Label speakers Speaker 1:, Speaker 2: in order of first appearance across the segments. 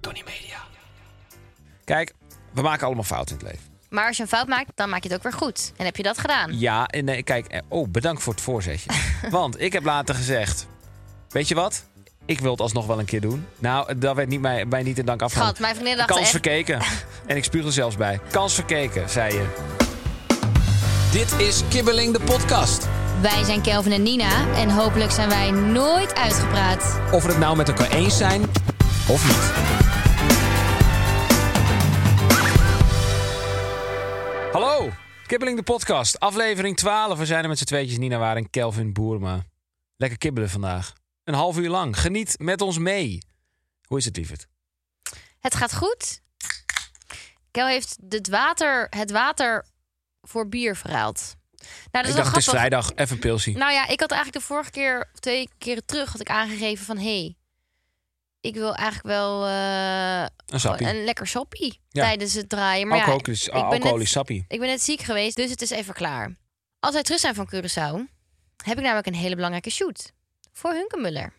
Speaker 1: Tony Media. Kijk, we maken allemaal fouten in het leven.
Speaker 2: Maar als je een fout maakt, dan maak je het ook weer goed. En heb je dat gedaan?
Speaker 1: Ja, en eh, kijk, eh, oh, bedankt voor het voorzetje. Want ik heb later gezegd, weet je wat? Ik wil het alsnog wel een keer doen. Nou, dat werd niet mij, mij niet in dank afgehaald.
Speaker 2: Schat, mijn vriendin dacht
Speaker 1: Kans
Speaker 2: echt-
Speaker 1: verkeken. en ik spuug er zelfs bij. Kans verkeken, zei je.
Speaker 3: Dit is Kibbeling de podcast.
Speaker 2: Wij zijn Kelvin en Nina. En hopelijk zijn wij nooit uitgepraat.
Speaker 3: Of we het nou met elkaar eens zijn of niet.
Speaker 1: Hallo, Kibbeling de podcast, aflevering 12. We zijn er met z'n tweetjes, Nina Waar en Kelvin Boerma. Lekker kibbelen vandaag. Een half uur lang. Geniet met ons mee. Hoe is het, lieverd?
Speaker 2: Het gaat goed. Kel heeft het water, het water voor bier verruild. Nou, dat
Speaker 1: ik
Speaker 2: wel
Speaker 1: dacht, het is
Speaker 2: grappig.
Speaker 1: vrijdag, even een pilsie.
Speaker 2: Nou ja, ik had eigenlijk de vorige keer, of twee keren terug, had ik aangegeven van... hé, hey, ik wil eigenlijk wel eh,
Speaker 1: Een sappie.
Speaker 2: een lekker soppie
Speaker 1: Ja.
Speaker 2: tijdens het draaien. Maar
Speaker 1: alcoholisch,
Speaker 2: ja, ik ben
Speaker 1: alcoholisch
Speaker 2: net-
Speaker 1: sappie.
Speaker 2: Ik ben net ziek geweest, dus het is even klaar. Als wij terug zijn van Curaçao, heb ik namelijk een hele belangrijke shoot. Voor Hunkemuller.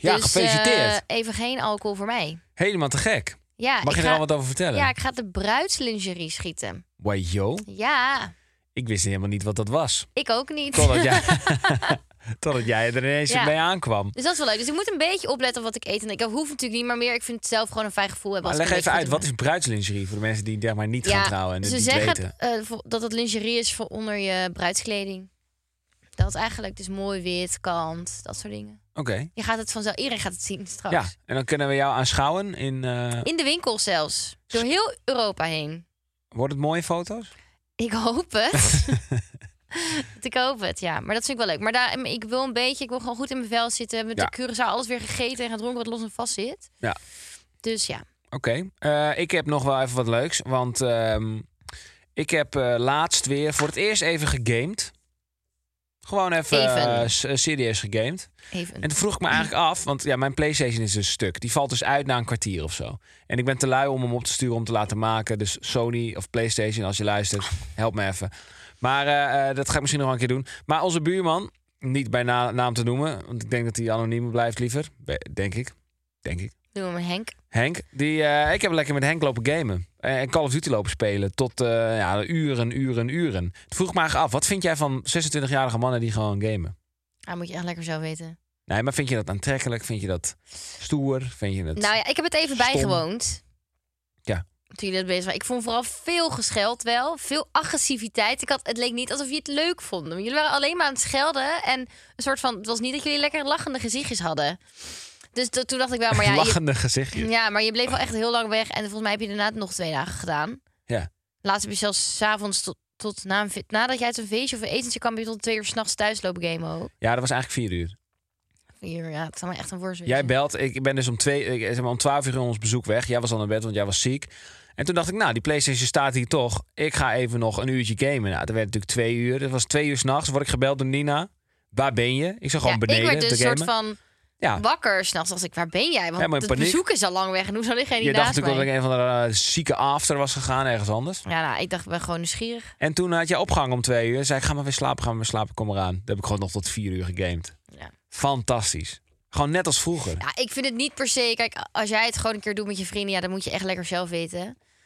Speaker 1: Ja,
Speaker 2: dus,
Speaker 1: gefeliciteerd.
Speaker 2: eh, even geen alcohol voor mij.
Speaker 1: Helemaal te gek.
Speaker 2: Ja,
Speaker 1: Mag
Speaker 2: ik
Speaker 1: je er
Speaker 2: ga-
Speaker 1: al wat over vertellen?
Speaker 2: Ja, ik ga de bruidslingerie schieten.
Speaker 1: Wai, joh.
Speaker 2: Ja,
Speaker 1: Ik wist helemaal niet wat dat was.
Speaker 2: ik ook niet.
Speaker 1: Totdat jij, totdat jij er ineens
Speaker 2: Ja.
Speaker 1: mee aankwam.
Speaker 2: Dus dat is wel leuk. Dus ik moet een beetje opletten op wat ik eet. En ik hoef natuurlijk niet, maar meer. Ik vind het zelf gewoon een fijn gevoel hebben.
Speaker 1: Maar
Speaker 2: als
Speaker 1: leg
Speaker 2: ik
Speaker 1: even
Speaker 2: een
Speaker 1: uit,
Speaker 2: beetje
Speaker 1: wat is bruidslingerie voor de mensen die zeg maar niet
Speaker 2: ja,
Speaker 1: gaan trouwen en het
Speaker 2: Ze
Speaker 1: niet
Speaker 2: zeggen
Speaker 1: weten?
Speaker 2: eh, voor- dat het lingerie is voor onder je bruidskleding. Dat eigenlijk dus mooi wit, kant, dat soort dingen.
Speaker 1: Oké.
Speaker 2: Je gaat het vanzelf, iedereen gaat het zien straks.
Speaker 1: Ja, en dan kunnen we jou aanschouwen in... eh,
Speaker 2: In de winkel zelfs. Door heel Europa heen.
Speaker 1: Wordt het mooie foto's?
Speaker 2: Ik hoop het. ik hoop het, ja. Maar dat vind ik wel leuk. Maar daar, ik wil een beetje, ik wil gewoon goed in mijn vel zitten. We hebben met de Curaçao alles weer gegeten en gedronken wat los en vast zit.
Speaker 1: Ja.
Speaker 2: Dus ja.
Speaker 1: Oké. Eh, ik heb nog wel even wat leuks. Want ehm, ik heb eh, laatst weer voor het eerst even gegamed. Gewoon even,
Speaker 2: Even.
Speaker 1: eh, s- eh, serieus gegamed.
Speaker 2: Even.
Speaker 1: En toen vroeg ik me eigenlijk af, want ja, mijn PlayStation is dus stuk. Die valt dus uit na een kwartier of zo. En ik ben te lui om hem op te sturen om te laten maken. Dus Sony of PlayStation, als je luistert, help me even. Maar eh, eh, dat ga ik misschien nog wel een keer doen. Maar onze buurman, niet bij na- naam te noemen, want ik denk dat hij anoniem blijft liever. Be- Denk ik. Denk ik.
Speaker 2: Doen we maar Henk.
Speaker 1: Henk, die, eh, ik heb lekker met Henk lopen gamen. Eh, En Call of Duty lopen spelen tot eh, ja, uren, uren, uren. Toen vroeg ik me eigenlijk af, wat vind jij van 26-jarige mannen die gewoon gamen?
Speaker 2: Ah, moet je echt lekker zo weten.
Speaker 1: Nee, maar vind je dat aantrekkelijk? Vind je dat stoer? Vind je dat...
Speaker 2: Nou ja, ik heb het even
Speaker 1: Stom.
Speaker 2: bijgewoond.
Speaker 1: Ja.
Speaker 2: Toen jullie dat bezig waren. Ik vond vooral veel gescheld wel. Veel agressiviteit. Ik had, het leek niet alsof je het leuk vond. Want Jullie waren alleen maar aan het schelden. En een soort van, het was niet dat jullie lekker lachende gezichtjes hadden. Dus dat- toen dacht ik wel, maar ja, je-
Speaker 1: Lachende gezichtje.
Speaker 2: Ja, maar je bleef wel echt heel lang weg. En volgens mij heb je daarna nog twee dagen gedaan.
Speaker 1: Ja.
Speaker 2: Laatst heb je zelfs s'avonds tot, tot na een, fe- nadat je uit een feestje of een etentje kwam... ben je tot twee uur s'nachts thuis lopen gamen ook.
Speaker 1: Ja, dat was eigenlijk vier uur.
Speaker 2: Hier, ja, het is allemaal echt een worst.
Speaker 1: Jij belt, ik ben dus om, twee, ik, zeg maar om twaalf uur in ons bezoek weg. Jij was al naar bed, want jij was ziek. En toen dacht ik, nou, die Playstation staat hier toch. Ik ga even nog een uurtje gamen. Nou, dat werd natuurlijk twee uur. Het was twee uur s'nachts. Word ik gebeld door Nina. Waar ben je? Ik zag gewoon
Speaker 2: Ja,
Speaker 1: beneden
Speaker 2: Ik werd dus
Speaker 1: te
Speaker 2: een
Speaker 1: gamen.
Speaker 2: soort van
Speaker 1: ja.
Speaker 2: wakker s'nachts. Als ik, waar ben jij?
Speaker 1: Ah. Ja,
Speaker 2: Want
Speaker 1: maar in
Speaker 2: het
Speaker 1: paniek.
Speaker 2: bezoek is al lang weg. En hoe zou diegene
Speaker 1: Je
Speaker 2: niet
Speaker 1: dacht
Speaker 2: naast
Speaker 1: natuurlijk dat
Speaker 2: mij?
Speaker 1: ik een van de eh, zieke after was gegaan, ergens anders.
Speaker 2: Ja, nou, ik dacht, ik ben gewoon nieuwsgierig.
Speaker 1: En toen had je opgehangen om twee uur. Zei ik, ga maar weer slapen, ga maar weer slapen, kom eraan. Dat heb ik gewoon nog tot vier uur gegamed.
Speaker 2: Ja.
Speaker 1: Fantastisch. Gewoon net als vroeger.
Speaker 2: Ja, ik vind het niet per se... Kijk, als jij het gewoon een keer doet met je vrienden... ja, dan moet je echt lekker zelf weten.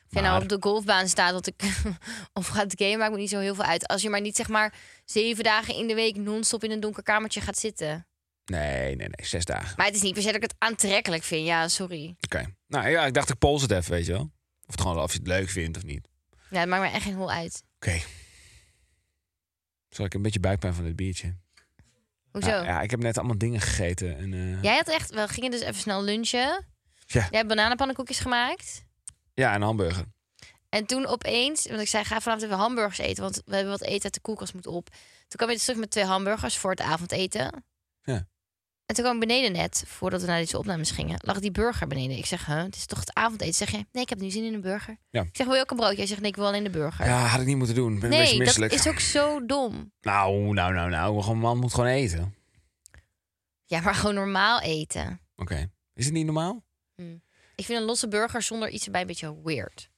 Speaker 2: Of je nou
Speaker 1: Maar-
Speaker 2: op de golfbaan staat dat ik, of gaat gamen, maakt me niet zo heel veel uit. Als je maar niet zeg maar zeven dagen in de week non-stop in een donker kamertje gaat zitten.
Speaker 1: Nee, nee, nee. Zes dagen.
Speaker 2: Maar het is niet per se dat ik het aantrekkelijk vind. Ja, sorry.
Speaker 1: Oké. Nou ja, ik dacht ik pols het even, weet je wel. Of, het gewoon, of je het leuk vindt of niet.
Speaker 2: Ja, het maakt me echt geen hol uit.
Speaker 1: Oké. Zal ik een beetje buikpijn van dit biertje? Nou,
Speaker 2: Hoezo?
Speaker 1: Ja, ja, ik heb net allemaal dingen gegeten. En, eh, ja.
Speaker 2: Jij had echt, we gingen dus even snel lunchen.
Speaker 1: Ja.
Speaker 2: Jij hebt bananenpannenkoekjes gemaakt.
Speaker 1: een hamburger.
Speaker 2: En toen opeens, want ik zei, ga vanavond even hamburgers eten. Want we hebben wat eten uit de koelkast moet op. Toen kwam je dus terug met twee hamburgers voor het avondeten.
Speaker 1: Ja.
Speaker 2: En toen kwam ik beneden net, voordat we naar deze opnames gingen, lag die burger beneden. Ik zeg, huh, het is toch het avondeten? Zeg je, nee, ik heb nu zin in een burger.
Speaker 1: Ja.
Speaker 2: Ik zeg, wil je ook een broodje? Hij zegt, nee, ik wil alleen de burger.
Speaker 1: Ja, had ik niet moeten doen. Ik ben een beetje
Speaker 2: nee, dat
Speaker 1: misselijk.
Speaker 2: is ook zo dom.
Speaker 1: Nou, nou, nou, nou. Een man moet gewoon eten. Oké.
Speaker 2: Ja, maar gewoon normaal eten.
Speaker 1: Is het niet normaal?
Speaker 2: Ik vind een losse burger zonder iets erbij een beetje weird.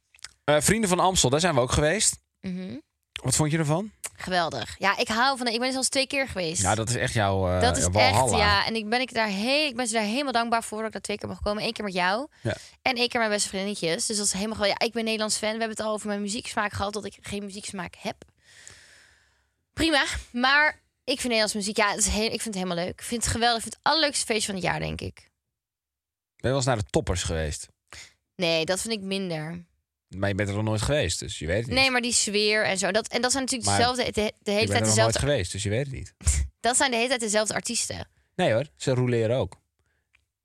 Speaker 1: Eh, Vrienden van Amstel, daar zijn we ook geweest.
Speaker 2: Mhm.
Speaker 1: Wat vond je ervan?
Speaker 2: Geweldig. Ja, ik hou van. Ik ben er zelfs twee keer geweest.
Speaker 1: Ja, dat is echt jouw eh
Speaker 2: Dat is echt,
Speaker 1: walhalla.
Speaker 2: ja. En ik ben, ik, daar heel, ik ben ze daar helemaal dankbaar voor dat ik daar twee keer mag komen. Eén keer met jou
Speaker 1: Ja.
Speaker 2: en één keer met mijn beste vriendinnetjes. Dus dat is helemaal gewoon... Ja, ik ben Nederlands fan. We hebben het al over mijn muzieksmaak gehad, dat ik geen muzieksmaak heb. Prima, maar ik vind Nederlands muziek... Ja, het is heel, ik vind het helemaal leuk. Ik vind het geweldig. Ik vind het allerleukste feestje van het jaar, denk ik.
Speaker 1: Ben je wel eens naar de toppers geweest?
Speaker 2: Nee, dat vind ik minder.
Speaker 1: Maar je bent er nog nooit geweest, dus je weet het niet.
Speaker 2: Nee, maar die sfeer en zo. Dat, en dat zijn natuurlijk
Speaker 1: Maar
Speaker 2: dezelfde, de, de hele
Speaker 1: je bent er
Speaker 2: tijd
Speaker 1: nog nooit Oh,
Speaker 2: dezelfde...
Speaker 1: geweest, dus je weet het niet.
Speaker 2: Dat zijn de hele tijd dezelfde artiesten.
Speaker 1: Nee hoor, ze rouleren ook.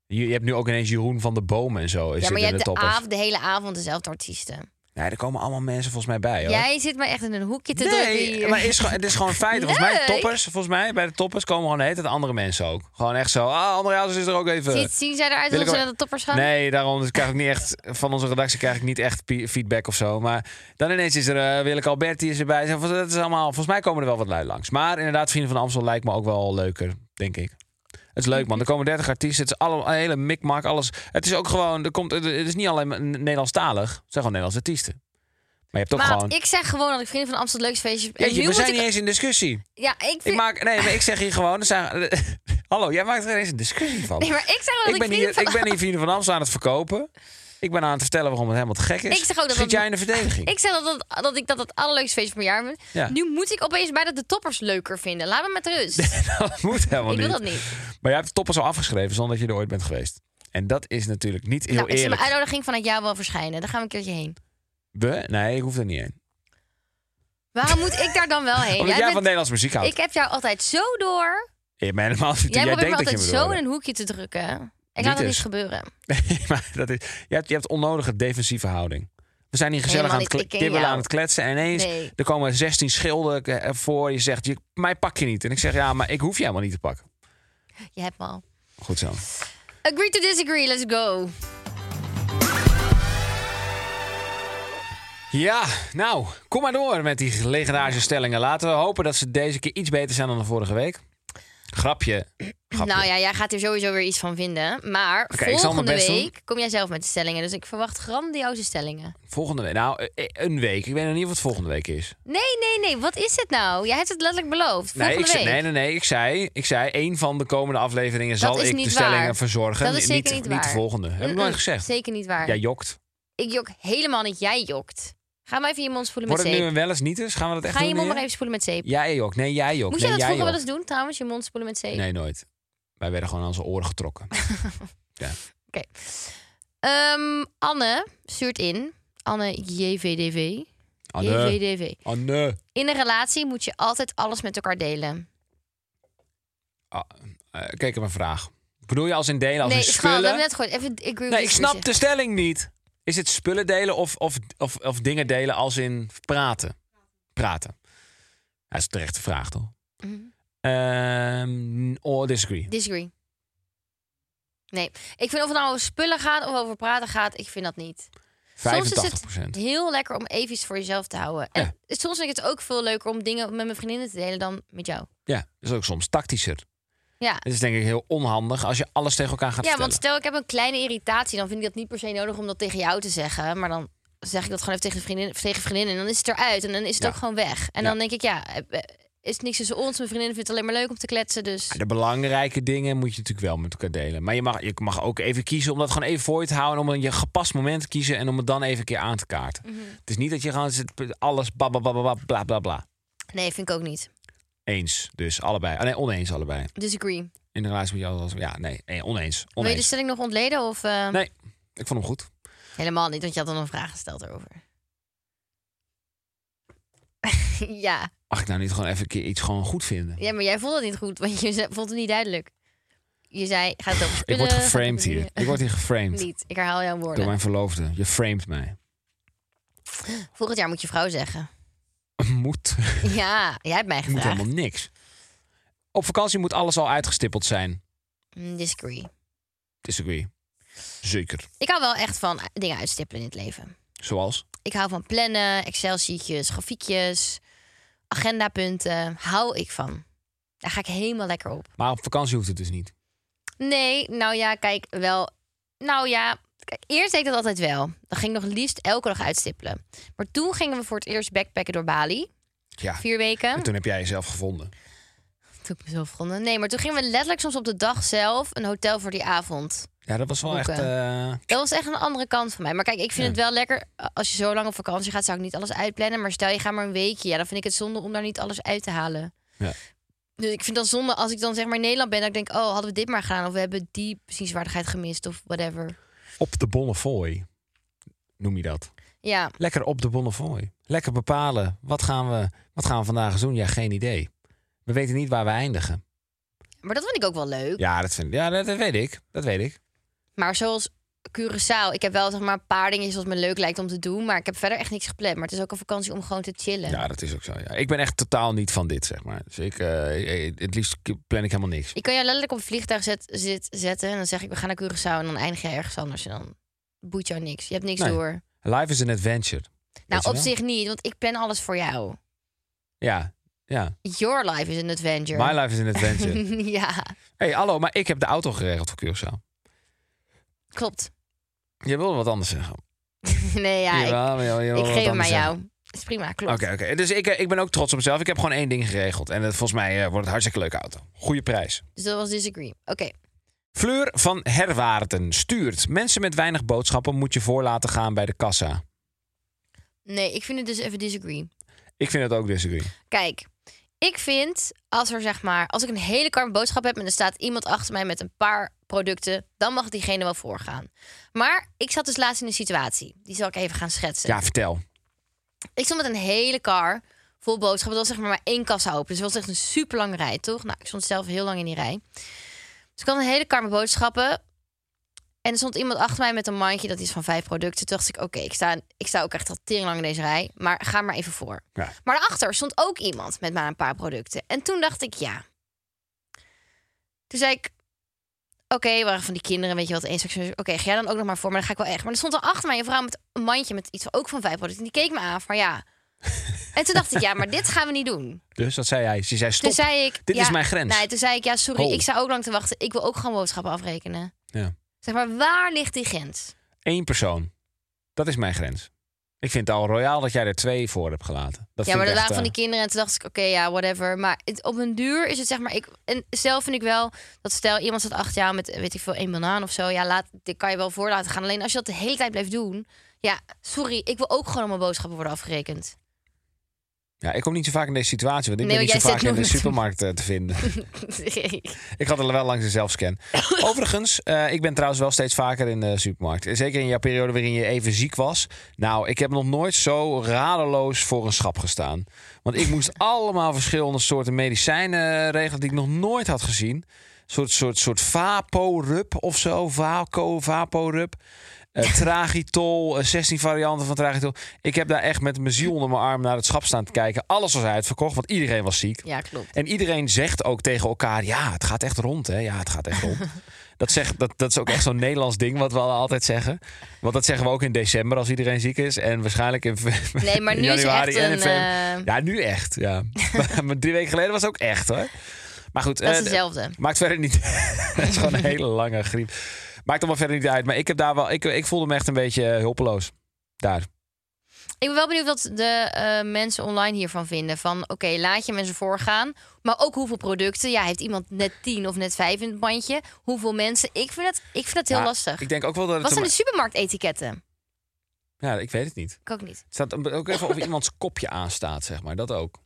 Speaker 1: Je, je hebt nu ook ineens Jeroen van de Bomen en zo.
Speaker 2: ja,
Speaker 1: zit
Speaker 2: maar
Speaker 1: in
Speaker 2: je
Speaker 1: de,
Speaker 2: hebt de,
Speaker 1: toppers.
Speaker 2: avond, de hele avond dezelfde artiesten.
Speaker 1: Nee, er komen allemaal mensen volgens mij bij hoor.
Speaker 2: Jij zit maar echt in een hoekje te drukken
Speaker 1: Nee,
Speaker 2: hier.
Speaker 1: maar is, gewoon- het is gewoon een feit. Volgens mij,
Speaker 2: Nee.
Speaker 1: toppers, volgens mij, bij de toppers komen gewoon de hele tijd andere mensen ook. Gewoon echt zo, ah, André Hazes is er ook even.
Speaker 2: Zien, zien zij eruit
Speaker 1: Eh, Wil
Speaker 2: alsof
Speaker 1: ik
Speaker 2: ze
Speaker 1: wel-
Speaker 2: naar de toppers gaan?
Speaker 1: Nee, daarom dus krijg ik niet echt van onze redactie krijg ik niet echt pi- feedback of zo. Maar dan ineens is er eh Willeke Alberti is erbij. Zo, Dat is allemaal. Volgens mij komen er wel wat lui langs. Maar inderdaad, vrienden van Amstel lijkt me ook wel leuker, denk ik. Het is leuk, man. Er komen 30 artiesten. Het is alle, een hele mikmak, alles. Het is ook gewoon. Er komt, het is niet alleen maar Nederlandstalig. Het zijn gewoon Nederlandse artiesten. Maar je hebt ook
Speaker 2: Maar
Speaker 1: gewoon.
Speaker 2: ik zeg gewoon dat ik vrienden van Amsterdam het leukste feestje... En
Speaker 1: Jeetje,
Speaker 2: nu
Speaker 1: we
Speaker 2: moet
Speaker 1: zijn
Speaker 2: ik...
Speaker 1: niet eens in discussie.
Speaker 2: Ja, ik vind...
Speaker 1: Ik maak, nee, maar ik zeg hier gewoon. er zijn- hallo, jij maakt er ineens een discussie van.
Speaker 2: Nee, maar ik zeg wel
Speaker 1: Ik
Speaker 2: Oh, dat ik
Speaker 1: ben,
Speaker 2: vrienden
Speaker 1: hier,
Speaker 2: van...
Speaker 1: ik ben hier vrienden van Amstel aan het verkopen. Ik ben aan het vertellen waarom het helemaal te gek is.
Speaker 2: Ik zeg ook dat
Speaker 1: Schiet
Speaker 2: dat-
Speaker 1: jij in de verdediging?
Speaker 2: Ik zeg dat, dat, dat ik dat het allerleukste feestje van mijn jaar ben.
Speaker 1: Ja.
Speaker 2: Nu moet ik opeens bijna de toppers leuker vinden. Laat me met rust.
Speaker 1: dat moet helemaal
Speaker 2: ik
Speaker 1: niet.
Speaker 2: wil dat niet.
Speaker 1: Maar jij hebt de toppers al afgeschreven zonder dat je er ooit bent geweest. En dat is natuurlijk niet heel
Speaker 2: nou, ik zie mijn
Speaker 1: eerlijk.
Speaker 2: uitnodiging vanuit jou wel verschijnen. Daar gaan we een keertje heen.
Speaker 1: We? Nee, ik hoef er niet heen.
Speaker 2: Waarom moet ik daar dan wel heen?
Speaker 1: Omdat jij,
Speaker 2: bent-
Speaker 1: van Nederlands muziek houdt.
Speaker 2: Ik heb jou altijd zo door.
Speaker 1: Je bent helemaal niet-
Speaker 2: Jij,
Speaker 1: jij
Speaker 2: probeert
Speaker 1: denkt
Speaker 2: me
Speaker 1: dat je
Speaker 2: altijd
Speaker 1: me
Speaker 2: zo
Speaker 1: wil
Speaker 2: in een hoekje te drukken. Ik
Speaker 1: Niet
Speaker 2: laat dat
Speaker 1: eens.
Speaker 2: niet gebeuren.
Speaker 1: Nee, maar dat is, je, hebt, je hebt onnodige defensieve houding. We zijn hier gezellig
Speaker 2: Helemaal
Speaker 1: aan het, kle-
Speaker 2: niet, ik ken
Speaker 1: kibbelen,
Speaker 2: jou.
Speaker 1: aan het kletsen. En ineens
Speaker 2: Nee.
Speaker 1: er komen 16 schilden eh, voor. Je zegt, je, mij pak je niet. En ik zeg, ja, maar ik hoef je helemaal niet te pakken.
Speaker 2: Je hebt me al.
Speaker 1: Goed zo.
Speaker 2: Agree to disagree, let's go.
Speaker 1: Ja, nou, kom maar door met die legendarische stellingen. Laten we hopen dat ze deze keer iets beter zijn dan de vorige week. Grapje. grapje.
Speaker 2: Nou ja, jij gaat er sowieso weer iets van vinden. Maar
Speaker 1: ik zal mijn
Speaker 2: volgende
Speaker 1: best doen.
Speaker 2: week kom jij zelf met de stellingen. Dus ik verwacht grandioze stellingen.
Speaker 1: Volgende week. Nou, eh, een week. Ik weet nog niet wat volgende week is.
Speaker 2: Nee, nee, nee. Wat is het nou? Jij hebt het letterlijk beloofd. Volgende
Speaker 1: nee, ik,
Speaker 2: week.
Speaker 1: zei- nee, nee, nee. Ik zei, ik zei, één van de komende afleveringen zal
Speaker 2: is
Speaker 1: ik
Speaker 2: niet
Speaker 1: de stellingen
Speaker 2: waar.
Speaker 1: verzorgen.
Speaker 2: Dat is
Speaker 1: Ni-
Speaker 2: zeker niet
Speaker 1: Niet de
Speaker 2: waar.
Speaker 1: volgende. Heb ik
Speaker 2: Mm-mm,
Speaker 1: nooit gezegd.
Speaker 2: Zeker niet waar.
Speaker 1: Jij jokt.
Speaker 2: Ik jok helemaal niet. Jij jokt. Ga maar even je mond spoelen
Speaker 1: Wordt
Speaker 2: met
Speaker 1: het nu
Speaker 2: zeep.
Speaker 1: een wel eens niet eens? Gaan we dat echt
Speaker 2: Ga
Speaker 1: doen?
Speaker 2: je mond maar
Speaker 1: hier?
Speaker 2: even spoelen met zeep.
Speaker 1: Jij jokt. Nee, jij jokt.
Speaker 2: Moest
Speaker 1: nee,
Speaker 2: jij dat
Speaker 1: jij
Speaker 2: vroeger wel
Speaker 1: jokt.
Speaker 2: eens doen trouwens? Je mond spoelen met zeep?
Speaker 1: Nee, nooit. Wij werden gewoon aan onze oren getrokken.
Speaker 2: Ehm, Anne stuurt in. Anne JVDV.
Speaker 1: Anne.
Speaker 2: JVDV.
Speaker 1: Anne.
Speaker 2: In een relatie moet je altijd alles met elkaar delen.
Speaker 1: Eh, kijk op mijn vraag. Bedoel je als in delen, als
Speaker 2: nee,
Speaker 1: in
Speaker 2: schat,
Speaker 1: spullen?
Speaker 2: we hebben net gewoon even agree with
Speaker 1: Nee, ik snap
Speaker 2: discussion.
Speaker 1: de stelling niet. Is het spullen delen of, of, of, of dingen delen als in praten? Praten. Dat is een terechte vraag, toch?
Speaker 2: Mhm.
Speaker 1: Ehm or disagree.
Speaker 2: Disagree. Nee, ik vind of het nou over spullen gaat of over praten gaat, ik vind dat niet. Soms is
Speaker 1: 85
Speaker 2: het heel lekker om even iets voor jezelf te houden. En soms vind ik het ook veel leuker om dingen met mijn vriendinnen te delen dan met jou.
Speaker 1: Ja, dat is ook soms tactischer.
Speaker 2: Ja.
Speaker 1: Het is denk ik heel onhandig als je alles tegen elkaar gaat
Speaker 2: Ja, want
Speaker 1: vertellen.
Speaker 2: stel ik heb een kleine irritatie, dan vind ik dat niet per se nodig om dat tegen jou te zeggen, maar dan zeg ik dat gewoon even tegen vriendinnen, tegen vriendinnen en dan is het eruit en dan is het
Speaker 1: Ja.
Speaker 2: ook gewoon weg. En
Speaker 1: Ja.
Speaker 2: dan denk ik ja, eh, eh, is niks tussen ons. Mijn vriendinnen vindt het alleen maar leuk om te kletsen, dus
Speaker 1: De belangrijke dingen moet je natuurlijk wel met elkaar delen. Maar je mag, je mag ook even kiezen om dat gewoon even voor je te houden. Om een je gepast moment te kiezen en om het dan even een keer aan te kaarten.
Speaker 2: Mhm.
Speaker 1: Het is niet dat je gewoon zit- alles bla bla bla bla bla bla bla.
Speaker 2: nee, vind ik ook niet.
Speaker 1: Eens, dus allebei. Ah, nee, oneens allebei.
Speaker 2: Disagree.
Speaker 1: In de relatie met jou was ja, nee, nee oneens.
Speaker 2: Wil je dus- de
Speaker 1: oneens.
Speaker 2: stelling nog ontleden of eh,
Speaker 1: Nee, ik vond hem goed.
Speaker 2: Helemaal niet, want je had dan een vraag gesteld erover. ja.
Speaker 1: Mag ik nou niet gewoon even een keer iets gewoon goed vinden?
Speaker 2: ja, maar jij vond het niet goed, want je ze- vond het niet duidelijk. Je zei, gaat het over
Speaker 1: ik
Speaker 2: spullen?
Speaker 1: word
Speaker 2: gaat het over
Speaker 1: geframed hier.
Speaker 2: dingen?
Speaker 1: Ik word hier geframed
Speaker 2: niet, ik herhaal jouw
Speaker 1: door
Speaker 2: woorden.
Speaker 1: mijn verloofde. Je framed mij.
Speaker 2: Volgend jaar moet je vrouw zeggen.
Speaker 1: Moet.
Speaker 2: Ja, jij hebt mij
Speaker 1: Moet
Speaker 2: gevraagd.
Speaker 1: helemaal niks. Op vakantie moet alles al uitgestippeld zijn.
Speaker 2: Mm, Disagree.
Speaker 1: Disagree. Zeker.
Speaker 2: Ik hou wel echt van eh, dingen uitstippelen in het leven.
Speaker 1: Zoals?
Speaker 2: Ik hou van plannen, Excel-sheetjes, grafiekjes, agendapunten. Hou ik van. Daar ga ik helemaal lekker op.
Speaker 1: Maar op vakantie hoeft het dus niet.
Speaker 2: Nee, nou ja, kijk, wel. Nou ja, kijk, eerst deed ik dat altijd wel. Dan ging ik nog liefst elke dag uitstippelen. Maar toen gingen we voor het eerst backpacken door Bali.
Speaker 1: Ja.
Speaker 2: Vier
Speaker 1: En
Speaker 2: weken.
Speaker 1: toen heb jij jezelf gevonden.
Speaker 2: Toen ik mezelf gevonden. Nee, maar toen gingen we letterlijk soms op de dag zelf een hotel voor die avond.
Speaker 1: Ja, dat was wel
Speaker 2: Boeken.
Speaker 1: echt... eh,
Speaker 2: Dat was echt een andere kant van mij. Maar kijk, ik vind het wel lekker. eh, Als je zo lang op vakantie gaat, zou ik niet alles uitplannen. Maar stel je gaat maar een weekje. Ja, dan vind ik het zonde om daar niet alles uit te halen.
Speaker 1: Ja.
Speaker 2: Dus ik vind dat zonde als ik dan zeg maar in Nederland ben. Dat ik denk, oh, hadden we dit maar gedaan. Of we hebben die bezienswaardigheid gemist. Of whatever.
Speaker 1: op de Bonnefoy noem je dat.
Speaker 2: Ja,
Speaker 1: Lekker op de Bonnefoy. Lekker bepalen. Wat gaan we, wat gaan we vandaag eens doen? Ja, geen idee. We weten niet waar we eindigen.
Speaker 2: maar dat vind ik ook wel leuk.
Speaker 1: Ja, dat, vind, ja, dat, dat weet ik. Dat weet ik.
Speaker 2: Maar zoals Curaçao. Ik heb wel zeg maar een paar dingetjes wat me leuk lijkt om te doen. Maar ik heb verder echt niks gepland. Maar het is ook een vakantie om gewoon te chillen.
Speaker 1: Ja, dat is ook zo. Ja. Ik ben echt totaal niet van dit, zeg maar. Dus ik, eh, eh, het liefst plan ik helemaal niks.
Speaker 2: Ik kan jou letterlijk op een vliegtuig zet, zit, zetten. En dan zeg ik, we gaan naar Curaçao. En dan eindig jij ergens anders. En dan boeit jou niks. Je hebt niks
Speaker 1: Nee.
Speaker 2: door.
Speaker 1: Life is an adventure. Weet
Speaker 2: Nou,
Speaker 1: je
Speaker 2: op
Speaker 1: wel?
Speaker 2: zich niet, want ik plan alles voor jou.
Speaker 1: Ja, ja.
Speaker 2: Your life is an adventure.
Speaker 1: My life is an adventure.
Speaker 2: ja,
Speaker 1: Hé, hey, hallo, maar ik heb de auto geregeld voor Curaçao.
Speaker 2: klopt.
Speaker 1: Je wilde wat anders zeggen.
Speaker 2: nee, ja, ik,
Speaker 1: Jawel, jawel, je
Speaker 2: ik
Speaker 1: wilde wat
Speaker 2: geef hem
Speaker 1: anders
Speaker 2: aan
Speaker 1: zeggen.
Speaker 2: jou. Is prima, klopt.
Speaker 1: Oké, oké. dus ik, eh, ik ben ook trots op mezelf. Ik heb gewoon één ding geregeld. En dat, volgens mij eh, wordt het een hartstikke leuke auto. Goede prijs.
Speaker 2: Dus dat was disagree. Oké,
Speaker 1: Fleur van Herwaarden stuurt. Mensen met weinig boodschappen moet je voor laten gaan bij de kassa.
Speaker 2: nee, ik vind het dus even disagree.
Speaker 1: Ik vind het ook disagree.
Speaker 2: Kijk, ik vind als er zeg maar, als ik een hele kar met boodschap heb en er staat iemand achter mij met een paar producten, dan mag diegene wel voorgaan. Maar ik zat dus laatst in een situatie, die zal ik even gaan schetsen.
Speaker 1: Ja, vertel.
Speaker 2: Ik stond met een hele kar vol boodschappen. Dat was zeg maar maar één kassa open. Dus het was echt een super lange rij, toch? Nou, ik stond zelf heel lang in die rij. Dus ik had een hele kar met boodschappen. En er stond iemand achter mij met een mandje dat is van vijf producten. Toen dacht ik, oké, ik, sta, ik sta ook echt al tering lang in deze rij. Maar ga maar even voor.
Speaker 1: Ja.
Speaker 2: Maar daarachter stond ook iemand met maar een paar producten. En toen dacht ik, ja. Toen zei ik, oké, we waren van die kinderen, weet je wat, eens. Oké, ga jij dan ook nog maar voor, maar dan ga ik wel echt. Maar er stond er achter mij een vrouw met een mandje met iets van ook van vijf producten. En die keek me aan van ja. En toen dacht ik, ja, maar dit gaan we niet doen.
Speaker 1: Dus dat zei hij. Ze zei stop.
Speaker 2: Toen zei ik,
Speaker 1: Dit
Speaker 2: ja,
Speaker 1: is mijn grens.
Speaker 2: Nee, toen zei ik, ja, sorry,
Speaker 1: Ho.
Speaker 2: ik sta ook lang te wachten. Ik wil ook gewoon boodschappen afrekenen.
Speaker 1: Ja.
Speaker 2: Zeg maar, waar ligt die grens?
Speaker 1: Eén persoon. Dat is mijn grens. Ik vind het al royaal dat jij er twee voor hebt gelaten. Dat
Speaker 2: ja,
Speaker 1: vind
Speaker 2: maar
Speaker 1: ik
Speaker 2: er
Speaker 1: echt,
Speaker 2: waren van die
Speaker 1: eh,
Speaker 2: kinderen en toen dacht ik, oké, ja, whatever. Maar het- op een duur is het zeg maar, ik, en zelf vind ik wel dat stel iemand staat achter jou met, weet ik veel, één banaan of zo. Ja, laat, dit kan je wel voor laten gaan. Alleen als je dat de hele tijd blijft doen, ja, sorry, ik wil ook gewoon mijn boodschappen worden afgerekend.
Speaker 1: Ja, ik kom niet zo vaak in deze situatie. Want ik
Speaker 2: Nee,
Speaker 1: ben
Speaker 2: want
Speaker 1: niet zo
Speaker 2: jij
Speaker 1: vaak
Speaker 2: zit
Speaker 1: in de
Speaker 2: nooit met-
Speaker 1: supermarkt eh, te vinden. Ik had er wel langs de zelfscan. Overigens, eh, ik ben trouwens wel steeds vaker in de supermarkt. En Zeker in jouw periode waarin je even ziek was. Nou, ik heb nog nooit zo radeloos voor een schap gestaan. Want ik moest allemaal verschillende soorten medicijnen regelen die ik nog nooit had gezien. Een soort, soort, soort vaporub of zo. Vaco, vaporub. Eh, tragitol, eh, 16 varianten van tragitol. Ik heb daar echt met mijn ziel onder mijn arm naar het schap staan te kijken. Alles was uitverkocht, want iedereen was ziek.
Speaker 2: ja, klopt.
Speaker 1: En iedereen zegt ook tegen elkaar: ja, het gaat echt rond, hè? Ja, het gaat echt rond. Dat, zegt, dat, dat is ook echt zo'n Nederlands ding wat we altijd zeggen. Want dat zeggen we ook in december als iedereen ziek is. En waarschijnlijk in, fe-
Speaker 2: Nee, maar
Speaker 1: in
Speaker 2: nu is
Speaker 1: januari
Speaker 2: echt
Speaker 1: en
Speaker 2: een...
Speaker 1: in februari.
Speaker 2: eh,
Speaker 1: Ja, nu echt. Ja. Maar- maar drie weken geleden was het ook echt hoor. Maar goed,
Speaker 2: dat is
Speaker 1: eh,
Speaker 2: hetzelfde.
Speaker 1: Maakt verder niet. Het is gewoon een hele lange griep. Maakt allemaal verder niet uit. Maar ik, heb daar wel, ik, ik voelde me echt een beetje eh, hulpeloos. Daar.
Speaker 2: Ik ben wel benieuwd wat de eh, mensen online hiervan vinden. Van oké, laat je mensen voorgaan. Maar ook hoeveel producten. Ja, heeft iemand net 10 of net 5 in het bandje? Hoeveel mensen? Ik vind het, ik vind het heel
Speaker 1: Ja,
Speaker 2: lastig.
Speaker 1: Ik denk ook wel dat het.
Speaker 2: Wat zijn
Speaker 1: te
Speaker 2: de supermarktetiketten?
Speaker 1: ma- Ja, ik weet het niet.
Speaker 2: Ik ook niet.
Speaker 1: Het staat ook even of iemands kopje aanstaat, zeg maar. Dat ook.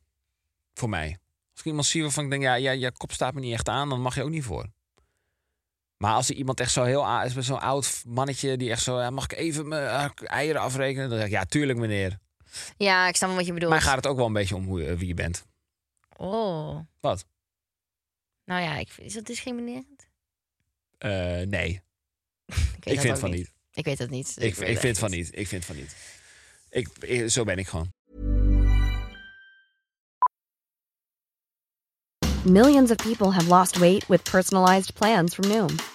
Speaker 1: Voor mij. Als ik iemand zie waarvan ik denk, ja, ja, je kop staat me niet echt aan, dan mag je ook niet voor. Maar als er iemand echt zo heel a- is met zo'n oud mannetje die echt zo, ja, mag ik even mijn eh, eieren afrekenen? Dan zeg ik, ja, tuurlijk meneer.
Speaker 2: Ja, ik snap wel wat je bedoelt.
Speaker 1: Maar gaat het ook wel een beetje om hoe, je- wie je bent.
Speaker 2: Oh.
Speaker 1: Wat?
Speaker 2: Nou ja, ik, vind- is dat discriminerend?
Speaker 1: Eh, nee, ik,
Speaker 2: Ik, weet dat
Speaker 1: vind
Speaker 2: ook
Speaker 1: van niet.
Speaker 2: Ik weet dat niet. dus
Speaker 1: Ik,
Speaker 2: weet
Speaker 1: ik
Speaker 2: het
Speaker 1: vind van
Speaker 2: echt
Speaker 1: niet. Ik vind van niet. Ik, eh, ik- zo ben ik gewoon.
Speaker 4: Millions of people have lost weight with personalized plans from Noom,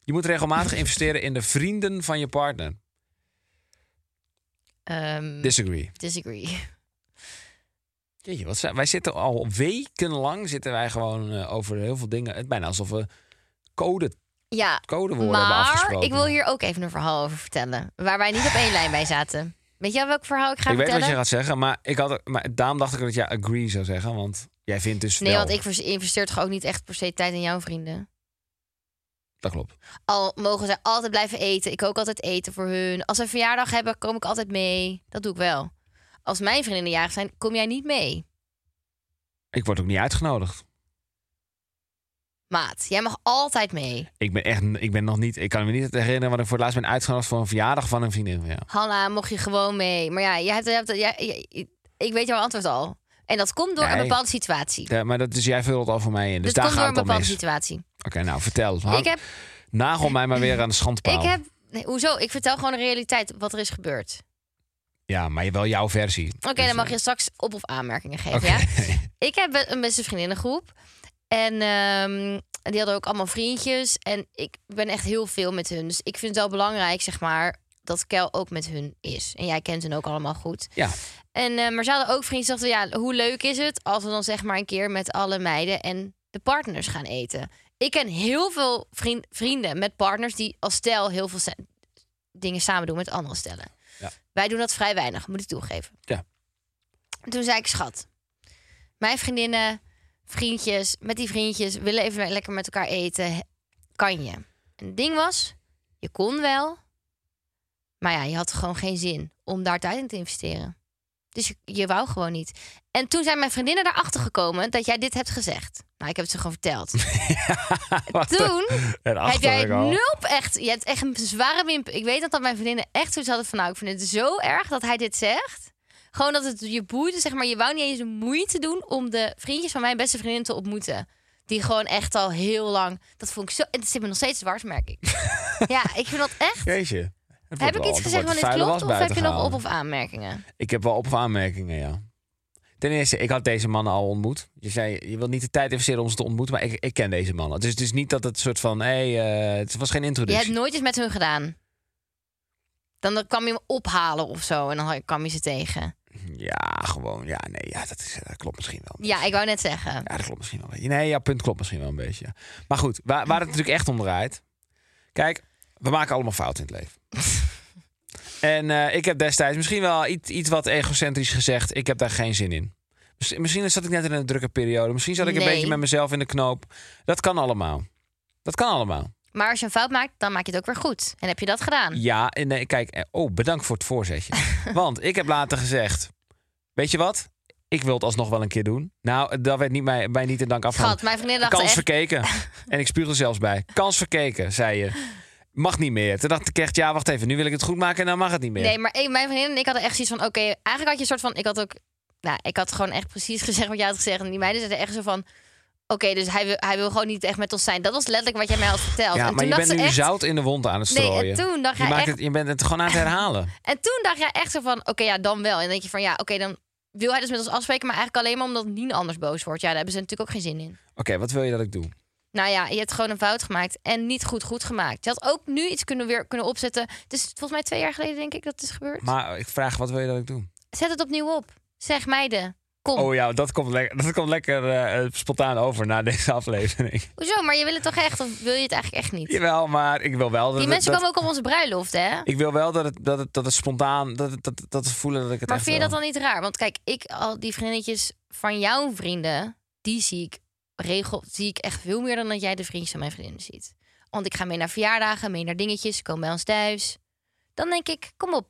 Speaker 1: Je moet regelmatig investeren in de vrienden van je partner.
Speaker 2: Ehm,
Speaker 1: Disagree.
Speaker 2: disagree.
Speaker 1: Jeetje, wat zijn, wij zitten al wekenlang zitten wij gewoon eh, over heel veel dingen. Het bijna alsof we code,
Speaker 2: Ja,
Speaker 1: codewoorden hebben
Speaker 2: maar
Speaker 1: afgesproken.
Speaker 2: ik wil hier ook even een verhaal over vertellen. Waar wij niet op één lijn bij zaten. Weet je wel welk verhaal ik ga
Speaker 1: ik weet
Speaker 2: vertellen?
Speaker 1: wat je gaat zeggen, maar, ik had, maar daarom dacht ik dat jij agree zou zeggen. Want jij vindt dus
Speaker 2: nee,
Speaker 1: wel-
Speaker 2: want ik vers- investeer toch ook niet echt per se tijd in jouw vrienden.
Speaker 1: Dat klopt.
Speaker 2: Al mogen zij altijd blijven eten. Ik kook altijd eten voor hun. Als ze een verjaardag hebben, kom ik altijd mee. Dat doe ik wel. Als mijn vriendinnen jarig zijn, kom jij niet mee.
Speaker 1: Ik word ook niet uitgenodigd.
Speaker 2: Maat, jij mag altijd mee.
Speaker 1: Ik ben echt, ik ben nog niet, ik kan me niet herinneren wat ik voor het laatst ben uitgenodigd voor een verjaardag van een vriendin. van jou.
Speaker 2: Hanna, mocht je gewoon mee. Maar ja, jij hebt, jij hebt- jij- jij- ik weet jouw antwoord al. En dat komt door
Speaker 1: Nee.
Speaker 2: een bepaalde situatie.
Speaker 1: Ja, maar dat is, jij vult het al voor mij in. Dus
Speaker 2: dat
Speaker 1: daar
Speaker 2: komt door
Speaker 1: gaat
Speaker 2: een
Speaker 1: het om
Speaker 2: bepaalde
Speaker 1: mis. Oké,
Speaker 2: situatie.
Speaker 1: nou vertel. Hang-
Speaker 2: Ik heb,
Speaker 1: Nagel mij maar weer aan de
Speaker 2: ik
Speaker 1: schandpaal.
Speaker 2: heb... nee, hoezo? Ik vertel gewoon de realiteit wat er is gebeurd.
Speaker 1: Ja, maar wel jouw versie.
Speaker 2: Oké, dan mag je straks op- of aanmerkingen geven,
Speaker 1: Dus, eh, Oké.
Speaker 2: ja? Ik heb be- een beste vriendinnengroep. En ehm, die hadden ook allemaal vriendjes. En ik ben echt heel veel met hun. Dus ik vind het wel belangrijk, zeg maar, dat Kel ook met hun is. En jij kent hun ook allemaal goed.
Speaker 1: Ja,
Speaker 2: En, eh, maar ze hadden ook vrienden die dachten, ja, hoe leuk is het als we dan zeg maar een keer met alle meiden en de partners gaan eten. Ik ken heel veel vriend, vrienden met partners die als stel heel veel sa- dingen samen doen met andere stellen.
Speaker 1: Ja.
Speaker 2: Wij doen dat vrij weinig, moet ik toegeven.
Speaker 1: Ja.
Speaker 2: En Toen zei ik, schat, mijn vriendinnen, vriendjes, met die vriendjes willen even lekker met elkaar eten. Kan je? En het ding was, je kon wel, maar ja, je had gewoon geen zin om daar tijd in te investeren. Dus je, je wou gewoon niet. En toen zijn mijn vriendinnen erachter gekomen dat jij dit hebt gezegd. Nou, ik heb het ze gewoon verteld.
Speaker 1: Wat een-
Speaker 2: toen
Speaker 1: een
Speaker 2: heb jij
Speaker 1: achterlijk al.
Speaker 2: nul echt. Je hebt echt een zware wimp. Ik weet dat, dat mijn vriendinnen echt zoiets hadden van nou, ik vind het zo erg dat hij dit zegt. Gewoon dat het je boeide, zeg maar. Je wou niet eens de moeite doen om de vriendjes van mijn beste vriendin te ontmoeten. Die gewoon echt al heel lang. Dat vond ik zo. Het zit me nog steeds dwars, merk ik. ja, ik vind dat echt.
Speaker 1: Jeetje. Het wordt
Speaker 2: Heb ik
Speaker 1: wel-
Speaker 2: iets
Speaker 1: er
Speaker 2: gezegd
Speaker 1: wordt
Speaker 2: van dit
Speaker 1: vuile
Speaker 2: klopt?
Speaker 1: was
Speaker 2: Of heb
Speaker 1: buiten
Speaker 2: je nog
Speaker 1: gehouden.
Speaker 2: op- of aanmerkingen?
Speaker 1: Ik heb wel op- of aanmerkingen, ja. Ten eerste, ik had deze mannen al ontmoet. Je zei, je wilt niet de tijd investeren om ze te ontmoeten, maar ik, ik ken deze mannen. Dus het is niet dat het soort van, hé, hey, eh, het was geen
Speaker 2: Je hebt
Speaker 1: introductie.
Speaker 2: nooit iets met hun gedaan. Dan dan kwam je hem ophalen of zo en dan kwam je ze tegen.
Speaker 1: Ja, gewoon, ja, nee, ja, dat, is, dat klopt misschien wel.
Speaker 2: Ja, ik wou net zeggen.
Speaker 1: Ja, dat klopt misschien wel. een beetje. Nee, jouw punt klopt misschien wel een beetje. ja. Maar goed, waar, waar het natuurlijk echt om draait. Kijk, we maken allemaal fouten in het leven. en eh, ik heb destijds misschien wel iets, iets wat egocentrisch gezegd. Ik heb daar geen zin in. Misschien- Misschien zat ik net in een drukke periode. Misschien zat ik een
Speaker 2: Nee.
Speaker 1: beetje met mezelf in de knoop. Dat kan allemaal. Dat kan allemaal.
Speaker 2: Maar als je een fout maakt, dan maak je het ook weer goed. En heb je dat gedaan?
Speaker 1: Ja, en eh, kijk, eh, oh, bedankt voor het voorzetje. Want ik heb later gezegd, weet je wat? Ik wil het alsnog wel een keer doen. Nou, dat werd niet mij, mij niet in dank afgehaald.
Speaker 2: Schat, mijn vriendin dacht
Speaker 1: Kans
Speaker 2: echt-
Speaker 1: verkeken. En ik spuug er zelfs bij. Kans verkeken, zei je. Mag niet meer. Toen dacht ik echt, ja, wacht even. Nu wil ik het goed maken en dan mag het niet meer.
Speaker 2: Nee, maar ik, mijn vriendin en ik hadden echt zoiets van... Oké, eigenlijk had je een soort van... Ik had ook... Nou, ik had gewoon echt precies gezegd wat jij had gezegd. En die meiden zeiden echt zo van... Oké, dus hij wil, hij wil gewoon niet echt met ons zijn. Dat was letterlijk wat jij mij had verteld.
Speaker 1: ja,
Speaker 2: en
Speaker 1: maar
Speaker 2: toen
Speaker 1: je
Speaker 2: dacht
Speaker 1: bent nu
Speaker 2: ze echt...
Speaker 1: zout in de wond aan het
Speaker 2: Nee, en
Speaker 1: strooien.
Speaker 2: toen dacht
Speaker 1: je,
Speaker 2: hij
Speaker 1: maakt
Speaker 2: echt-
Speaker 1: het, je bent het gewoon aan het herhalen.
Speaker 2: En toen dacht jij echt zo van, oké, ja, dan wel. En dan denk je van, ja, oké, dan wil hij dus met ons afspreken... maar eigenlijk alleen maar omdat Nien anders boos wordt. Ja, daar hebben ze natuurlijk ook geen zin in.
Speaker 1: Oké, wat wil je dat ik doe?
Speaker 2: Nou ja, je hebt gewoon een fout gemaakt en niet goed goed gemaakt. Je had ook nu iets kunnen, weer kunnen opzetten. Het is volgens mij twee jaar geleden, denk ik, dat het is gebeurd.
Speaker 1: Maar ik vraag, wat wil je dat ik doe?
Speaker 2: Zet het opnieuw op. Zeg meiden, kom.
Speaker 1: Oh ja, dat komt lekker, dat komt lekker eh, spontaan over na deze aflevering.
Speaker 2: Hoezo, maar je wil het toch echt of wil je het eigenlijk echt niet?
Speaker 1: Jawel, maar ik wil wel dat
Speaker 2: Die
Speaker 1: het-
Speaker 2: mensen
Speaker 1: dat-
Speaker 2: komen ook op onze bruiloft, hè?
Speaker 1: Ik wil wel dat het, dat het, dat het spontaan, dat, het, dat, het- dat ze voelen dat ik het
Speaker 2: Maar
Speaker 1: echt
Speaker 2: vind je dat
Speaker 1: wil.
Speaker 2: dan niet raar? Want kijk, ik al die vriendinnetjes van jouw vrienden, die zie ik regel, zie ik echt veel meer dan dat jij de vriendjes van mijn vriendinnen ziet. Want ik ga mee naar verjaardagen, mee naar dingetjes, ze komen bij ons thuis. Dan denk ik, kom op.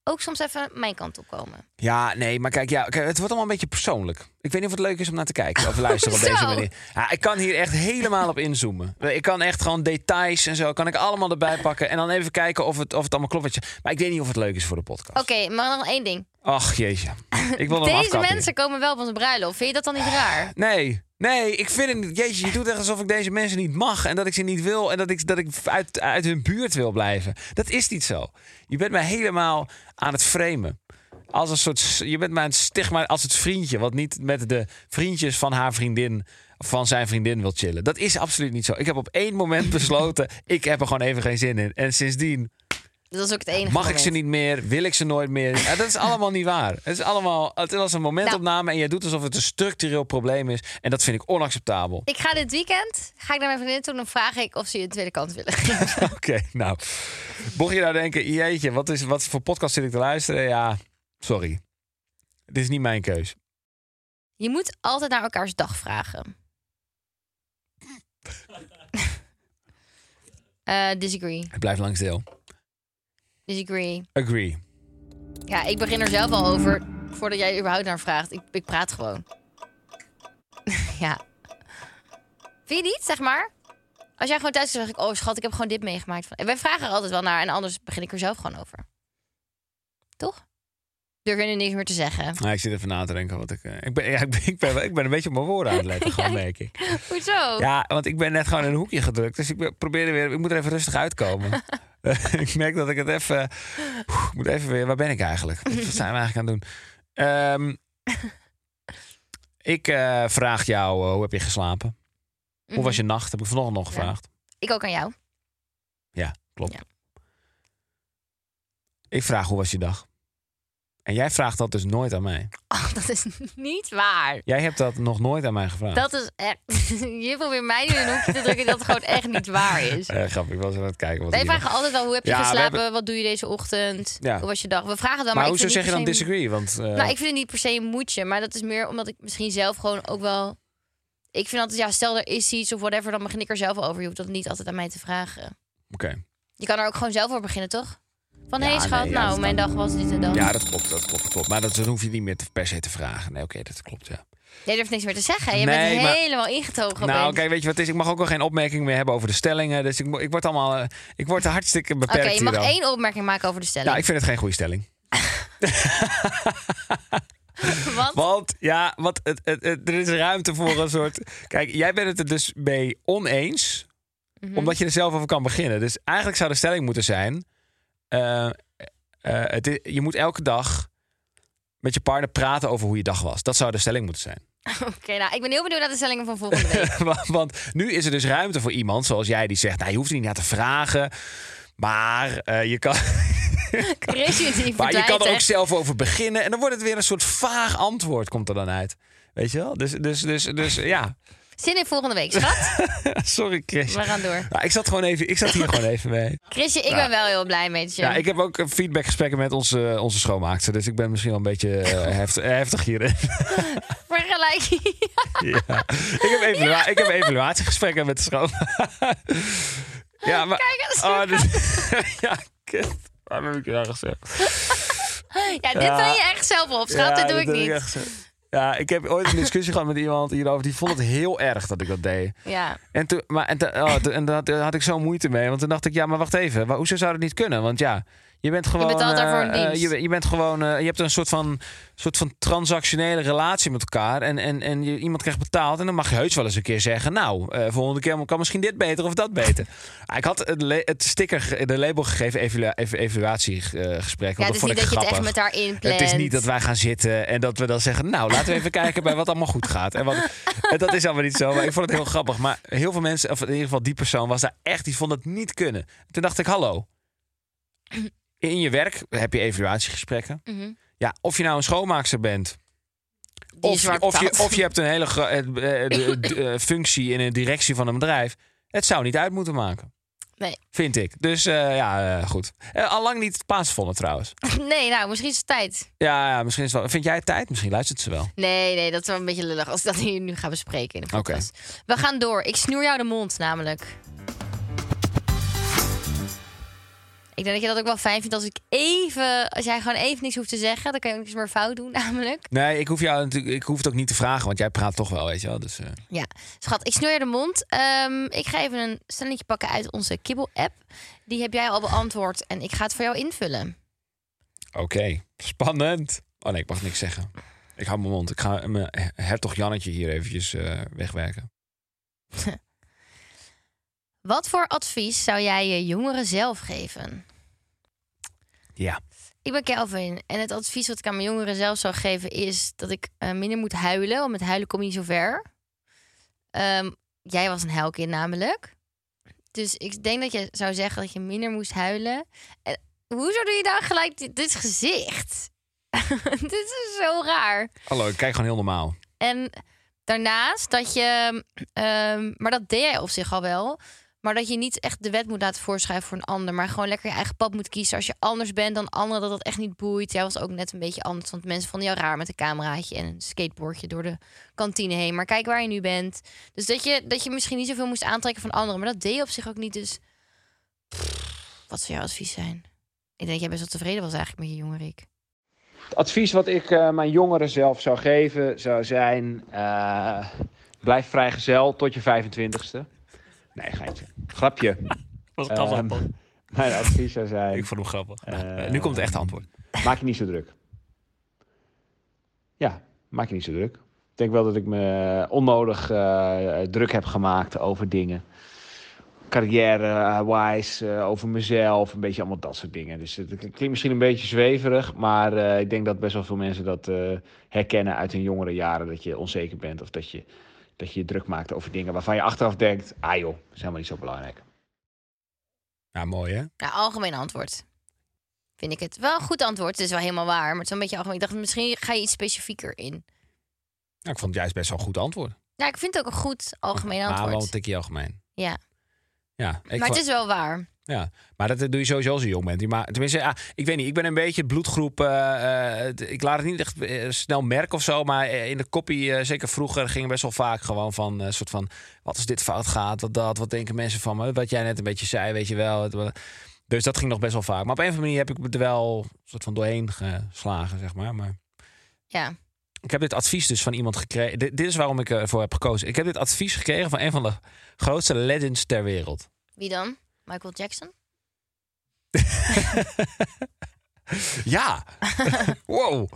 Speaker 2: Oké, ook soms even mijn kant op komen.
Speaker 1: Ja, nee, maar kijk, ja, kijk, het wordt allemaal een beetje persoonlijk. Ik weet niet of het leuk is om naar te kijken of luisteren op
Speaker 2: Zo.
Speaker 1: deze manier. Ja, ik kan hier echt helemaal op inzoomen. Ik kan echt gewoon details en zo, kan ik allemaal erbij pakken. En dan even kijken of het, of het allemaal klopt. wat je- Maar ik weet niet of het leuk is voor de podcast.
Speaker 2: Oké, maar nog één ding.
Speaker 1: Ach, jeetje. Ik wil hem
Speaker 2: Deze
Speaker 1: afkappen.
Speaker 2: mensen komen wel op onze bruiloft. Vind je dat dan niet raar?
Speaker 1: Nee, nee, ik vind het niet. Jeetje, je doet echt alsof ik deze mensen niet mag en dat ik ze niet wil en dat ik, dat ik uit, uit hun buurt wil blijven. Dat is niet zo. Je bent mij helemaal aan het framen. Als een soort, s- je bent mij een stigma als het vriendje, wat niet met de vriendjes van haar vriendin, van zijn vriendin wil chillen. Dat is absoluut niet zo. Ik heb op één moment besloten, ik heb er gewoon even geen zin in. En sindsdien
Speaker 2: Dat is ook het enige.
Speaker 1: mag ik ze
Speaker 2: moment.
Speaker 1: niet meer, wil ik ze nooit meer. Ja, dat is allemaal niet waar. Het is allemaal, het was een momentopname en jij doet alsof het een structureel probleem is. En dat vind ik onacceptabel.
Speaker 2: Ik ga dit weekend ga ik naar mijn vriendin toe en dan vraag ik of ze je een tweede kans willen geven.
Speaker 1: Oké, nou. Mocht je nou denken, jeetje, wat, is, wat voor podcast zit ik te luisteren? Ja, sorry. Het is niet mijn keus.
Speaker 2: je moet altijd naar elkaars dag vragen. Eh, disagree.
Speaker 1: Het blijft langs deel.
Speaker 2: Disagree.
Speaker 1: Agree.
Speaker 2: Ja, ik begin er zelf al over voordat jij überhaupt naar vraagt. Ik, ik praat gewoon. ja. Vind je niet, zeg maar? Als jij gewoon thuis zegt, zeg ik, oh schat, ik heb gewoon dit meegemaakt. En wij vragen er altijd wel naar en anders begin ik er zelf gewoon over. Toch? Durf je nu niks meer te zeggen.
Speaker 1: Nou, ik zit even na te denken wat ik. eh, Ik ben, ja, ik, ben, ik, ben, wel- ik ben een beetje op mijn woorden aan het letten, gewoon merk ik.
Speaker 2: Hoezo?
Speaker 1: Ja, want ik ben net gewoon in een hoekje gedrukt. Dus ik ben- probeer er weer. Ik moet er even rustig uitkomen. ik merk dat ik het even. Oeh, ik moet even weer. Waar ben ik eigenlijk? Wat zijn we eigenlijk aan het doen? Ehm, ik eh, vraag jou, eh, hoe heb je geslapen? Hoe was je nacht? Heb ik vanochtend nog
Speaker 2: Mhm. Ja.
Speaker 1: gevraagd.
Speaker 2: Ik ook aan jou.
Speaker 1: Ja, klopt.
Speaker 2: Ja.
Speaker 1: Ik vraag, hoe was je dag? En jij vraagt dat dus nooit aan mij.
Speaker 2: Oh, dat is niet waar.
Speaker 1: Jij hebt dat nog nooit aan mij gevraagd.
Speaker 2: Dat is echt... je probeert mij nu in een hoekje te drukken dat het gewoon echt niet waar is.
Speaker 1: Eh, grappig, ik was aan het kijken. Wat
Speaker 2: Wij
Speaker 1: hier-
Speaker 2: vragen altijd wel, hoe heb je
Speaker 1: Ja, we
Speaker 2: geslapen?
Speaker 1: hebben-
Speaker 2: Wat doe je deze ochtend?
Speaker 1: Ja.
Speaker 2: Hoe was je dag? We vragen het
Speaker 1: maar
Speaker 2: wel, maar, ik
Speaker 1: hoezo
Speaker 2: vind
Speaker 1: zeg
Speaker 2: niet
Speaker 1: je dan
Speaker 2: per se-
Speaker 1: disagree? Want, eh,
Speaker 2: Nou, ik vind het niet per se een moetje, maar dat is meer omdat ik misschien zelf gewoon ook wel... Ik vind altijd, ja, stel er is iets of whatever, dan begin ik er zelf wel over. Je hoeft dat niet altijd aan mij te vragen.
Speaker 1: Oké.
Speaker 2: Je kan er ook gewoon zelf over beginnen, toch? Van,
Speaker 1: Ja,
Speaker 2: hé hey, schat,
Speaker 1: nee, ja,
Speaker 2: nou,
Speaker 1: dat
Speaker 2: mijn dag was dit en dat.
Speaker 1: Ja, dat klopt, dat klopt, dat klopt. Maar dat, dat hoef je niet meer te, per se te vragen. Nee, oké, dat klopt, ja.
Speaker 2: Jij durft niks meer te zeggen. Je
Speaker 1: Nee,
Speaker 2: bent
Speaker 1: maar-
Speaker 2: helemaal ingetogen
Speaker 1: nou,
Speaker 2: opeens.
Speaker 1: kijk, weet je wat het is? Ik mag ook wel geen opmerking meer hebben over de stellingen. Dus ik, mo- ik word allemaal... eh, ik word hartstikke
Speaker 2: Oké,
Speaker 1: beperkt
Speaker 2: je mag
Speaker 1: hier al.
Speaker 2: één opmerking maken over de stelling.
Speaker 1: Nou, ik vind het geen goede stelling.
Speaker 2: Want,
Speaker 1: Want ja, wat, het, het, het- er is ruimte voor een soort. Kijk, jij bent het er dus mee oneens,
Speaker 2: Mhm.
Speaker 1: omdat je er zelf over kan beginnen. Dus eigenlijk zou de stelling moeten zijn: eh, eh, het i- je moet elke dag met je partner praten over hoe je dag was. Dat zou de stelling moeten zijn.
Speaker 2: Oké, nou, ik ben heel benieuwd naar de stellingen van volgende week.
Speaker 1: want, want nu is er dus ruimte voor iemand zoals jij die zegt: nou, je hoeft er niet naar te vragen, maar eh, je kan. Maar je
Speaker 2: Creativiteit,
Speaker 1: kan er ook
Speaker 2: echt.
Speaker 1: zelf over beginnen. En dan wordt het weer een soort vaag antwoord, komt er dan uit. Weet je wel? Dus, dus, dus, dus ja.
Speaker 2: Zin in volgende week, schat?
Speaker 1: Sorry, Chris.
Speaker 2: We gaan door.
Speaker 1: Nou, ik, zat gewoon even, ik zat hier gewoon even mee.
Speaker 2: Chrisje, ik ben wel heel blij met je.
Speaker 1: Ja, ik heb ook eh, feedbackgesprekken met onze, onze schoonmaakster. Dus ik ben misschien wel een beetje eh, heftig, heftig hierin.
Speaker 2: Vergelijk.
Speaker 1: ja. ik, heb evalua- ik heb evaluatiegesprekken met de schoonmaakster. ja, maar...
Speaker 2: Kijk eens.
Speaker 1: Oh, dit- ja, kut. Waarom heb ik je nou gezegd?
Speaker 2: ja, dit
Speaker 1: Ja.
Speaker 2: ben je echt zelf op, schat.
Speaker 1: Ja,
Speaker 2: dit doe ik
Speaker 1: heb
Speaker 2: niet.
Speaker 1: echt zo. Ja, ik heb ooit een discussie gehad met iemand hierover. Die vond het heel erg dat ik dat deed.
Speaker 2: Ja.
Speaker 1: En, toen, maar, en, toen- oh, toen- en daar had- daar had ik zo moeite mee. Want toen dacht ik, ja, maar wacht even. Waar, hoezo zou dat niet kunnen? Want ja, je bent gewoon...
Speaker 2: betaalt daarvoor
Speaker 1: eh,
Speaker 2: een dienst.
Speaker 1: eh, je, bent- je bent gewoon... eh, je hebt een soort van, soort van transactionele relatie met elkaar. En, en, en je, iemand krijgt betaald. En dan mag je heus wel eens een keer zeggen... Nou, eh, volgende keer kan misschien dit beter of dat beter. Ah, ik had het, le- het sticker, ge- de label gegeven evalua- ev- evaluatiegesprek.
Speaker 2: ja,
Speaker 1: want dat
Speaker 2: het is
Speaker 1: vond
Speaker 2: niet
Speaker 1: ik
Speaker 2: dat je het
Speaker 1: grappig.
Speaker 2: echt met haar inplant.
Speaker 1: Het is niet dat wij gaan zitten en dat we dan zeggen... nou, laten we even kijken bij wat allemaal goed gaat. En, wat, en dat is allemaal niet zo. Maar ik vond het heel grappig. Maar heel veel mensen, of in ieder geval die persoon... was daar echt, die vond het niet kunnen. Toen dacht ik, hallo. In je werk heb je evaluatiegesprekken.
Speaker 2: Mhm.
Speaker 1: Ja, of je nou een schoonmaakster bent...
Speaker 2: Die
Speaker 1: Of
Speaker 2: is
Speaker 1: je,
Speaker 2: waar
Speaker 1: of, je,
Speaker 2: betaald.
Speaker 1: of je hebt een hele gro- eh, eh, de- de- eh, functie in een directie van een bedrijf. Het zou niet uit moeten maken.
Speaker 2: Nee.
Speaker 1: Vind ik. Dus eh, ja, eh, goed. Eh, allang niet plaatsvonden trouwens.
Speaker 2: Nee, nou, misschien is het tijd.
Speaker 1: Ja, ja, misschien is het wel. Vind jij het tijd? Misschien luistert ze wel.
Speaker 2: Nee, nee, dat is wel een beetje lullig als ik dat hier nu ga bespreken in de
Speaker 1: Oké.
Speaker 2: podcast. We gaan door. Ik snoer jou de mond namelijk. Ik denk dat je dat ook wel fijn vindt als ik even, als jij gewoon even niks hoeft te zeggen, dan kan je ook niks meer fout doen, namelijk.
Speaker 1: Nee, ik hoef, jou, natuurlijk- ik hoef het ook niet te vragen, want jij praat toch wel, weet je wel. Dus, eh,
Speaker 2: Ja, schat, ik snoer je de mond. Ehm, ik ga even een stelletje pakken uit onze kibbel-app. Die heb jij al beantwoord en ik ga het voor jou invullen.
Speaker 1: Oké, spannend. Oh nee, ik mag niks zeggen. Ik hou mijn mond. Ik ga mijn her- hertog Jannetje hier eventjes eh, wegwerken.
Speaker 2: Wat voor advies zou jij je jongeren zelf geven?
Speaker 1: Ja.
Speaker 2: Ik ben Kelvin en het advies wat ik aan mijn jongeren zelf zou geven is dat ik eh, minder moet huilen, want met huilen kom je niet zo ver. Ehm, jij was een huilkind namelijk. Dus ik denk dat je zou zeggen dat je minder moest huilen. En hoezo doe je daar gelijk dit, dit gezicht? dit is zo raar.
Speaker 1: Hallo, ik kijk gewoon heel normaal.
Speaker 2: En daarnaast dat je, ehm, maar dat deed jij op zich al wel. Maar dat je niet echt de wet moet laten voorschrijven voor een ander. Maar gewoon lekker je eigen pad moet kiezen. Als je anders bent dan anderen, dat dat echt niet boeit. Jij was ook net een beetje anders. Want mensen vonden jou raar met een cameraatje en een skateboardje door de kantine heen. Maar kijk waar je nu bent. Dus dat je, dat je misschien niet zoveel moest aantrekken van anderen. Maar dat deed je op zich ook niet. Dus pff, wat zou jouw advies zijn? Ik denk dat jij best wel tevreden was eigenlijk met je jongen, Rick.
Speaker 5: Het advies wat ik eh, mijn jongeren zelf zou geven zou zijn: eh, blijf vrijgezel tot je 25ste. Nee, geintje. Grapje.
Speaker 1: Was
Speaker 5: Ehm, mijn advies zou zijn:
Speaker 1: Ik vond hem grappig.
Speaker 5: Eh,
Speaker 1: nu komt het echte antwoord.
Speaker 5: maak je niet zo druk. Ja, maak je niet zo druk. Ik denk wel dat ik me onnodig eh, druk heb gemaakt over dingen. Carrière-wise, eh, over mezelf, een beetje allemaal dat soort dingen. Dus het klinkt misschien een beetje zweverig, maar eh, ik denk dat best wel veel mensen dat eh, herkennen uit hun jongere jaren. Dat je onzeker bent of dat je, dat je je druk maakt over dingen waarvan je achteraf denkt: ah joh, dat is helemaal niet zo belangrijk.
Speaker 1: Ja, mooi hè?
Speaker 2: Nou, algemeen antwoord. Vind ik het wel een goed antwoord. Het is wel helemaal waar, maar het is wel een beetje algemeen. Ik dacht, misschien ga je iets specifieker in.
Speaker 1: Nou, ik vond het juist best wel een goed antwoord.
Speaker 2: Ja, ik vind het ook een goed algemeen
Speaker 1: Maar wel een
Speaker 2: antwoord.
Speaker 1: tikje algemeen.
Speaker 2: Ja,
Speaker 1: Ja, ik
Speaker 2: maar
Speaker 1: vond-
Speaker 2: het is wel waar.
Speaker 1: Ja, maar dat doe je sowieso als je jong bent. Maar, tenminste, ja, ik weet niet. Ik ben een beetje het bloedgroep. eh, eh, ik laat het niet echt eh, snel merken of zo. Maar eh, in de kopie, eh, zeker vroeger, ging best wel vaak gewoon van... eh, soort van, wat als dit fout gaat? Wat dat? Wat denken mensen van me? Wat jij net een beetje zei, weet je wel. Het, wa- dus dat ging nog best wel vaak. Maar op een of andere manier heb ik me er wel soort van doorheen geslagen, zeg maar. maar
Speaker 2: Ja.
Speaker 1: ik heb dit advies dus van iemand gekregen. Dit, dit is waarom ik ervoor heb gekozen. Ik heb dit advies gekregen van een van de grootste legends ter wereld.
Speaker 2: Wie dan? Michael Jackson?
Speaker 1: Ja. wow.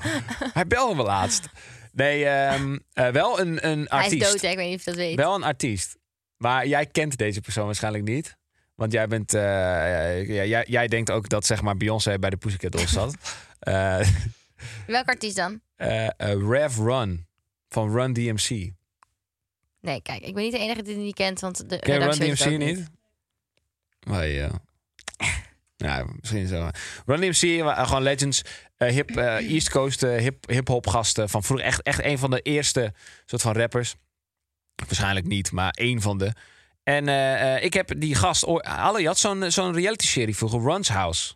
Speaker 1: Hij belde me laatst. Nee, ehm, eh, wel een, een artiest.
Speaker 2: Hij is dood, hè? ik weet niet of je dat weet.
Speaker 1: Wel een artiest. Maar jij kent deze persoon waarschijnlijk niet. Want jij bent... eh, ja, jij, jij denkt ook dat zeg maar Beyoncé bij de Pussycat Dolls zat. Eh,
Speaker 2: Welk artiest dan?
Speaker 1: eh, eh, Rev Run. Van Run DMC. Ken
Speaker 2: Nee, kijk, ik ben niet de enige die het niet kent, want de
Speaker 1: je Run
Speaker 2: redactie weet het
Speaker 1: DMC niet?
Speaker 2: ook
Speaker 1: Maar ja. Ja, misschien zo. Run DMC, wa- gewoon legends. eh, hip, eh, East Coast eh, hip, hip-hop gasten. Van vroeger echt, echt een van de eerste soort van rappers. Waarschijnlijk niet, maar één van de. En eh, eh, ik heb die gast... oor- Alle, je had zo'n zo'n reality-serie vroeger, Run's House.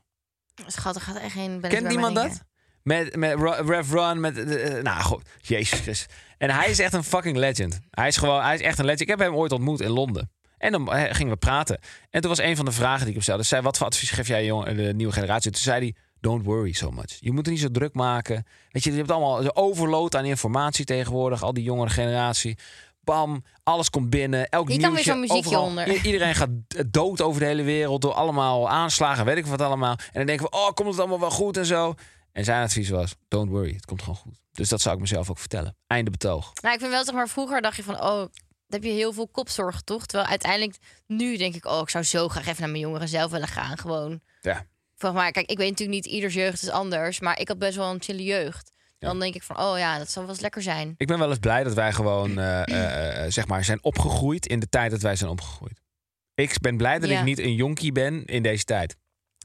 Speaker 2: Schat, er gaat echt geen... belletje
Speaker 1: Kent
Speaker 2: bij
Speaker 1: niemand
Speaker 2: mij
Speaker 1: dat?
Speaker 2: ringen.
Speaker 1: Met, met Ra- Rev Run, met... eh, eh, nou, god, jezus. Christus. En hij is echt een fucking legend. Hij is gewoon, hij is echt een legend. Ik heb hem ooit ontmoet in Londen. En dan eh, gingen we praten. En toen was een van de vragen die ik hem stelde. Zei, wat voor advies geef jij jong, de nieuwe generatie? Toen zei hij, don't worry so much. Je moet er niet zo druk maken. Weet je, je hebt allemaal een overload aan informatie tegenwoordig. Al die jongere generatie. Bam, alles komt binnen. Elk
Speaker 2: Hier kan weer
Speaker 1: nieuwtje,
Speaker 2: zo'n muziekje
Speaker 1: overal.
Speaker 2: onder.
Speaker 1: I- Iedereen gaat d- dood over de hele wereld door allemaal aanslagen, weet ik wat allemaal. En dan denken we, oh, komt het allemaal wel goed en zo. En zijn advies was, don't worry, het komt gewoon goed. Dus dat zou ik mezelf ook vertellen. Einde betoog.
Speaker 2: Nou, ik vind wel, zeg maar, vroeger dacht je van, oh, dan heb je heel veel kopzorg, toch? Terwijl uiteindelijk, nu denk ik, oh, ik zou zo graag even naar mijn jongeren zelf willen gaan, gewoon.
Speaker 1: Ja.
Speaker 2: Volgens mij, kijk, ik weet natuurlijk niet, ieders jeugd is anders, maar ik had best wel een chille jeugd. Dan denk ik van, oh ja, dat zal wel eens lekker zijn.
Speaker 1: Ik ben wel eens blij dat wij gewoon, eh, eh, eh, zeg maar, zijn opgegroeid in de tijd dat wij zijn opgegroeid. Ik ben blij dat
Speaker 2: Ja.
Speaker 1: ik niet een jonkie ben in deze tijd.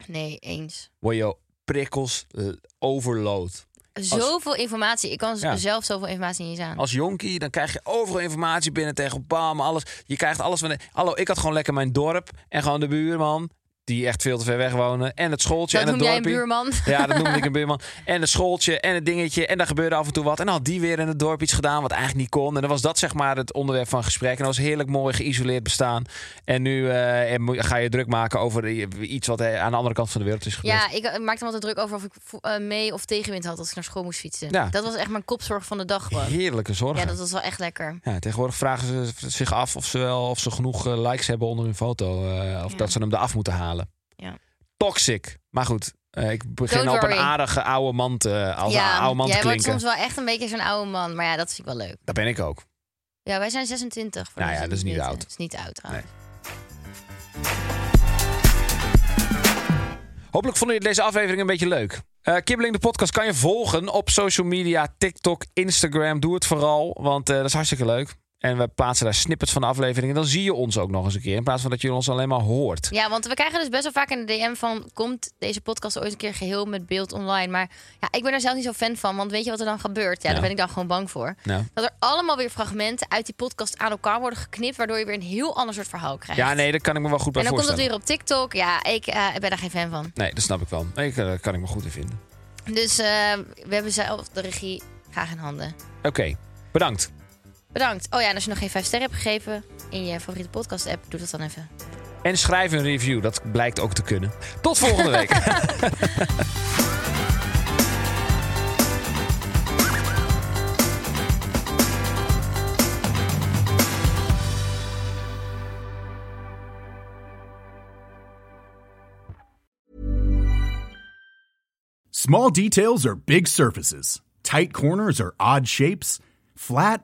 Speaker 2: Nee, eens.
Speaker 1: Word je prikkels eh, overload.
Speaker 2: Zoveel informatie. Ik kan z-
Speaker 1: Ja.
Speaker 2: zelf zoveel informatie niet eens aan.
Speaker 1: Als jonkie, dan krijg je overal informatie binnen tegen bam, alles. Je krijgt alles van... de- Hallo, ik had gewoon lekker mijn dorp en gewoon de buurman. die echt veel te ver weg wonen. En het schooltje
Speaker 2: Dat
Speaker 1: en
Speaker 2: noem
Speaker 1: het
Speaker 2: jij
Speaker 1: dorpje.
Speaker 2: een buurman.
Speaker 1: Ja, dat noemde ik een buurman. En het schooltje en het dingetje. En daar gebeurde af en toe wat. En dan had die weer in het dorp iets gedaan wat eigenlijk niet kon. En dan was dat zeg maar het onderwerp van gesprek. En dat was heerlijk mooi geïsoleerd bestaan. En nu eh, en moet- ga je druk maken over i- iets wat eh, aan de andere kant van de wereld is gebeurd.
Speaker 2: Ja, ik eh, maakte me altijd druk over of ik vo- eh, mee of tegenwind had als ik naar school moest fietsen.
Speaker 1: Ja.
Speaker 2: Dat was echt mijn kopzorg van de dag gewoon.
Speaker 1: Heerlijke zorgen.
Speaker 2: Ja, dat was wel echt lekker.
Speaker 1: Ja, tegenwoordig vragen ze zich af of ze, wel, of ze genoeg eh, likes hebben onder hun foto. eh, of
Speaker 2: Ja.
Speaker 1: dat ze hem eraf moeten halen.
Speaker 2: Ja.
Speaker 1: Toxic. Maar goed, eh, ik begin
Speaker 2: Don't
Speaker 1: op een
Speaker 2: worry.
Speaker 1: aardige oude man te, als
Speaker 2: ja,
Speaker 1: een oude man te
Speaker 2: jij wordt
Speaker 1: klinken.
Speaker 2: soms wel echt een beetje zo'n oude man. Maar ja, dat vind ik wel leuk.
Speaker 1: Dat ben ik ook.
Speaker 2: Ja, wij zijn 26. voor
Speaker 1: Nou
Speaker 2: de
Speaker 1: ja, dat is niet
Speaker 2: weten.
Speaker 1: oud.
Speaker 2: Dat is niet oud. trouwens.
Speaker 1: Hopelijk vonden jullie deze aflevering een beetje leuk. Eh, Kibbeling de podcast kan je volgen op social media, TikTok, Instagram. Doe het vooral, want eh, dat is hartstikke leuk. En we plaatsen daar snippets van de aflevering. En dan zie je ons ook nog eens een keer. In plaats van dat je ons alleen maar hoort.
Speaker 2: Ja, want we krijgen dus best wel vaak in de DM van... komt deze podcast ooit een keer geheel met beeld online? Maar ja, ik ben daar zelf niet zo fan van. Want weet je wat er dan gebeurt? Ja,
Speaker 1: Ja.
Speaker 2: daar ben ik dan gewoon bang voor.
Speaker 1: Nou.
Speaker 2: Dat er allemaal weer fragmenten uit die podcast aan elkaar worden geknipt... waardoor je weer een heel ander soort verhaal krijgt.
Speaker 1: Ja, nee, dat kan ik me wel goed bij
Speaker 2: en dan komt dat
Speaker 1: voorstellen.
Speaker 2: weer op TikTok. Ja, ik eh, ik ben daar geen fan van.
Speaker 1: Nee, dat snap ik wel. Nee, Daar kan ik me goed in vinden.
Speaker 2: Dus eh, we hebben zelf de regie graag in handen.
Speaker 1: Oké, bedankt.
Speaker 2: Bedankt. Oh ja, en als je nog geen 5 sterren hebt gegeven in je favoriete podcast-app... doe dat dan even.
Speaker 1: En schrijf een review, dat blijkt ook te kunnen. Tot volgende week.
Speaker 6: Small details are big surfaces. Tight corners are odd shapes. Flat,